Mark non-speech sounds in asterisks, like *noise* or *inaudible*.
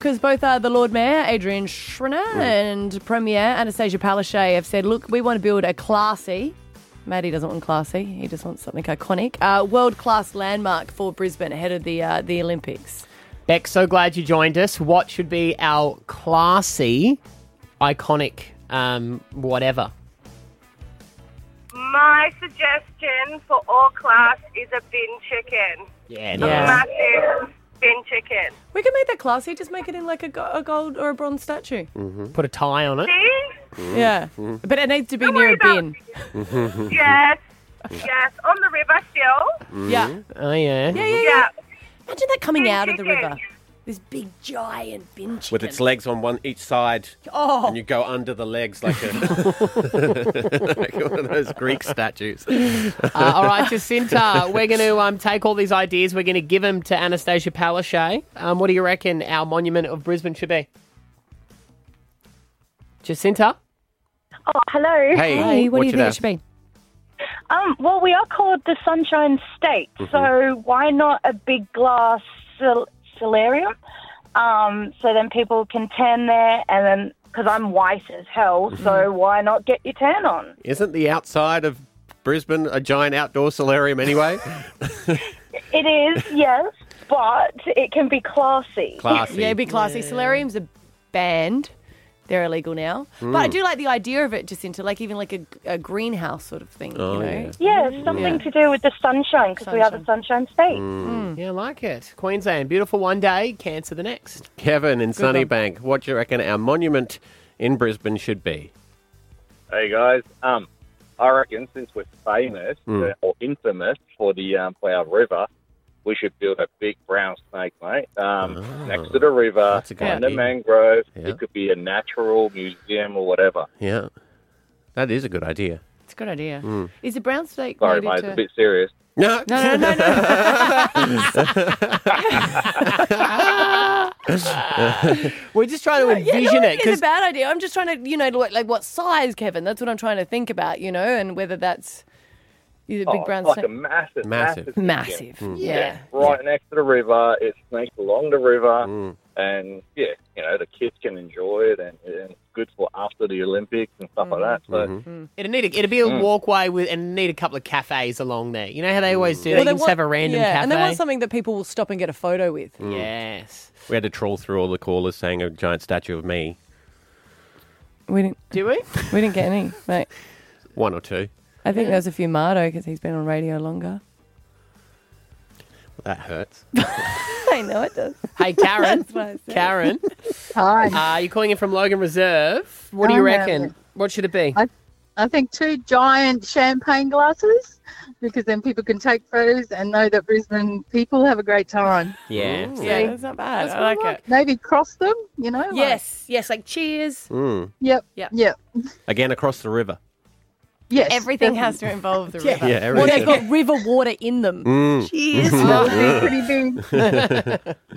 Because both uh, the Lord Mayor, Adrian Schrinner, and Premier Anastasia Palaszczuk have said, look, we want to build a classy, Maddie doesn't want classy, he just wants something iconic, uh, world class landmark for Brisbane ahead of the, uh, the Olympics. Beck, so glad you joined us. What should be our classy, iconic, um, whatever? My suggestion for all class is a bin chicken. Yeah. Yeah, Massive bin chicken. We can make that classy, just make it in like a, go- a gold or a bronze statue. Mm-hmm. Put a tie on it. See? Yeah. But it needs to be Don't near worry a bin. *laughs* Yes. Yes. On the river still. Mm-hmm. Yeah. Oh Yeah, yeah. yeah, yeah. Yeah. Imagine that coming Bin out of the chicken. river. This big giant bin chicken. with its legs on one each side. Oh. And you go under the legs like, a, *laughs* like one of those Greek statues. *laughs* Uh, all right, Jacinta, we're going to um, take all these ideas. We're going to give them to Anastasia Palaszczuk. Um, what do you reckon our monument of Brisbane should be? Jacinta. Oh, hello. Hey, Hey, what do you think doing? it should be? Um, well, we are called the Sunshine State, so why not a big glass sol- solarium? Um, so then people can tan there, and then because I'm white as hell, so why not get your tan on? Isn't the outside of Brisbane a giant outdoor solarium anyway? It is, yes, but it can be classy. *laughs* Classy. Yeah, it'd be classy. Solarium's a banned. They're illegal now. But I do like the idea of it, Jacinta, like even like a, a greenhouse sort of thing, Oh, you know? Yeah, something to do with the sunshine because we are the Sunshine State. Hmm. Yeah, I like it. Queensland, beautiful one day, cancer the next. Kevin in Sunnybank, what do you reckon our monument in Brisbane should be? Hey guys, um, I reckon since we're famous Hmm. uh, or infamous for the um, for our river, we should build a big brown snake, mate, um, next to the river, Ah, That's a good on the idea. mangrove. Yeah. It could be a natural museum or whatever. Yeah. That is a good idea. It's a good idea. Is a brown snake Sorry, native mate, it's to- a bit serious. No, *laughs* No, no, no, no. We're just trying to Yeah, no, envision I it think it's a bad idea. I'm just trying to, you know, like, like what size, Kevin? That's what I'm trying to think about, you know, and whether that's is it a big Oh, brown it's like a snake. massive, Massive. massive, museum. Massive. Yeah. Right next to the river, it snakes along the river, Hmm. and yeah, you know the kids can enjoy it, and, and it's good for after the Olympics and stuff Hmm. like that. So Mm-hmm. It'd need a, it'd be a walkway with and need a couple of cafes along there. You know how they always do. they they just have a random yeah, cafe. and they want something that people will stop and get a photo with. Mm. Yes. *laughs* We had to trawl through all the callers saying a giant statue of me. We didn't, *laughs* Do we? we didn't get any, mate. One or two. I think there's a few Mardo because he's been on radio longer. *laughs* That hurts. I know it does. Hey, Karen. That's what I said. Karen, Hi. uh, you're calling in from Logan Reserve. What do I you know. reckon? What should it be? I- I think two giant champagne glasses because then people can take photos and know that Brisbane people have a great time. Yeah. Yeah, that's not bad. I like it. Maybe cross them, you know? like- Yes, yes, like cheers. yep. Yep. Yep. Yep. Hmm. Again, across the river. Yes. Everything has *laughs* to involve the river. Yeah, Well, they've everything. *laughs* got river water in them. Cheers. that would be pretty big.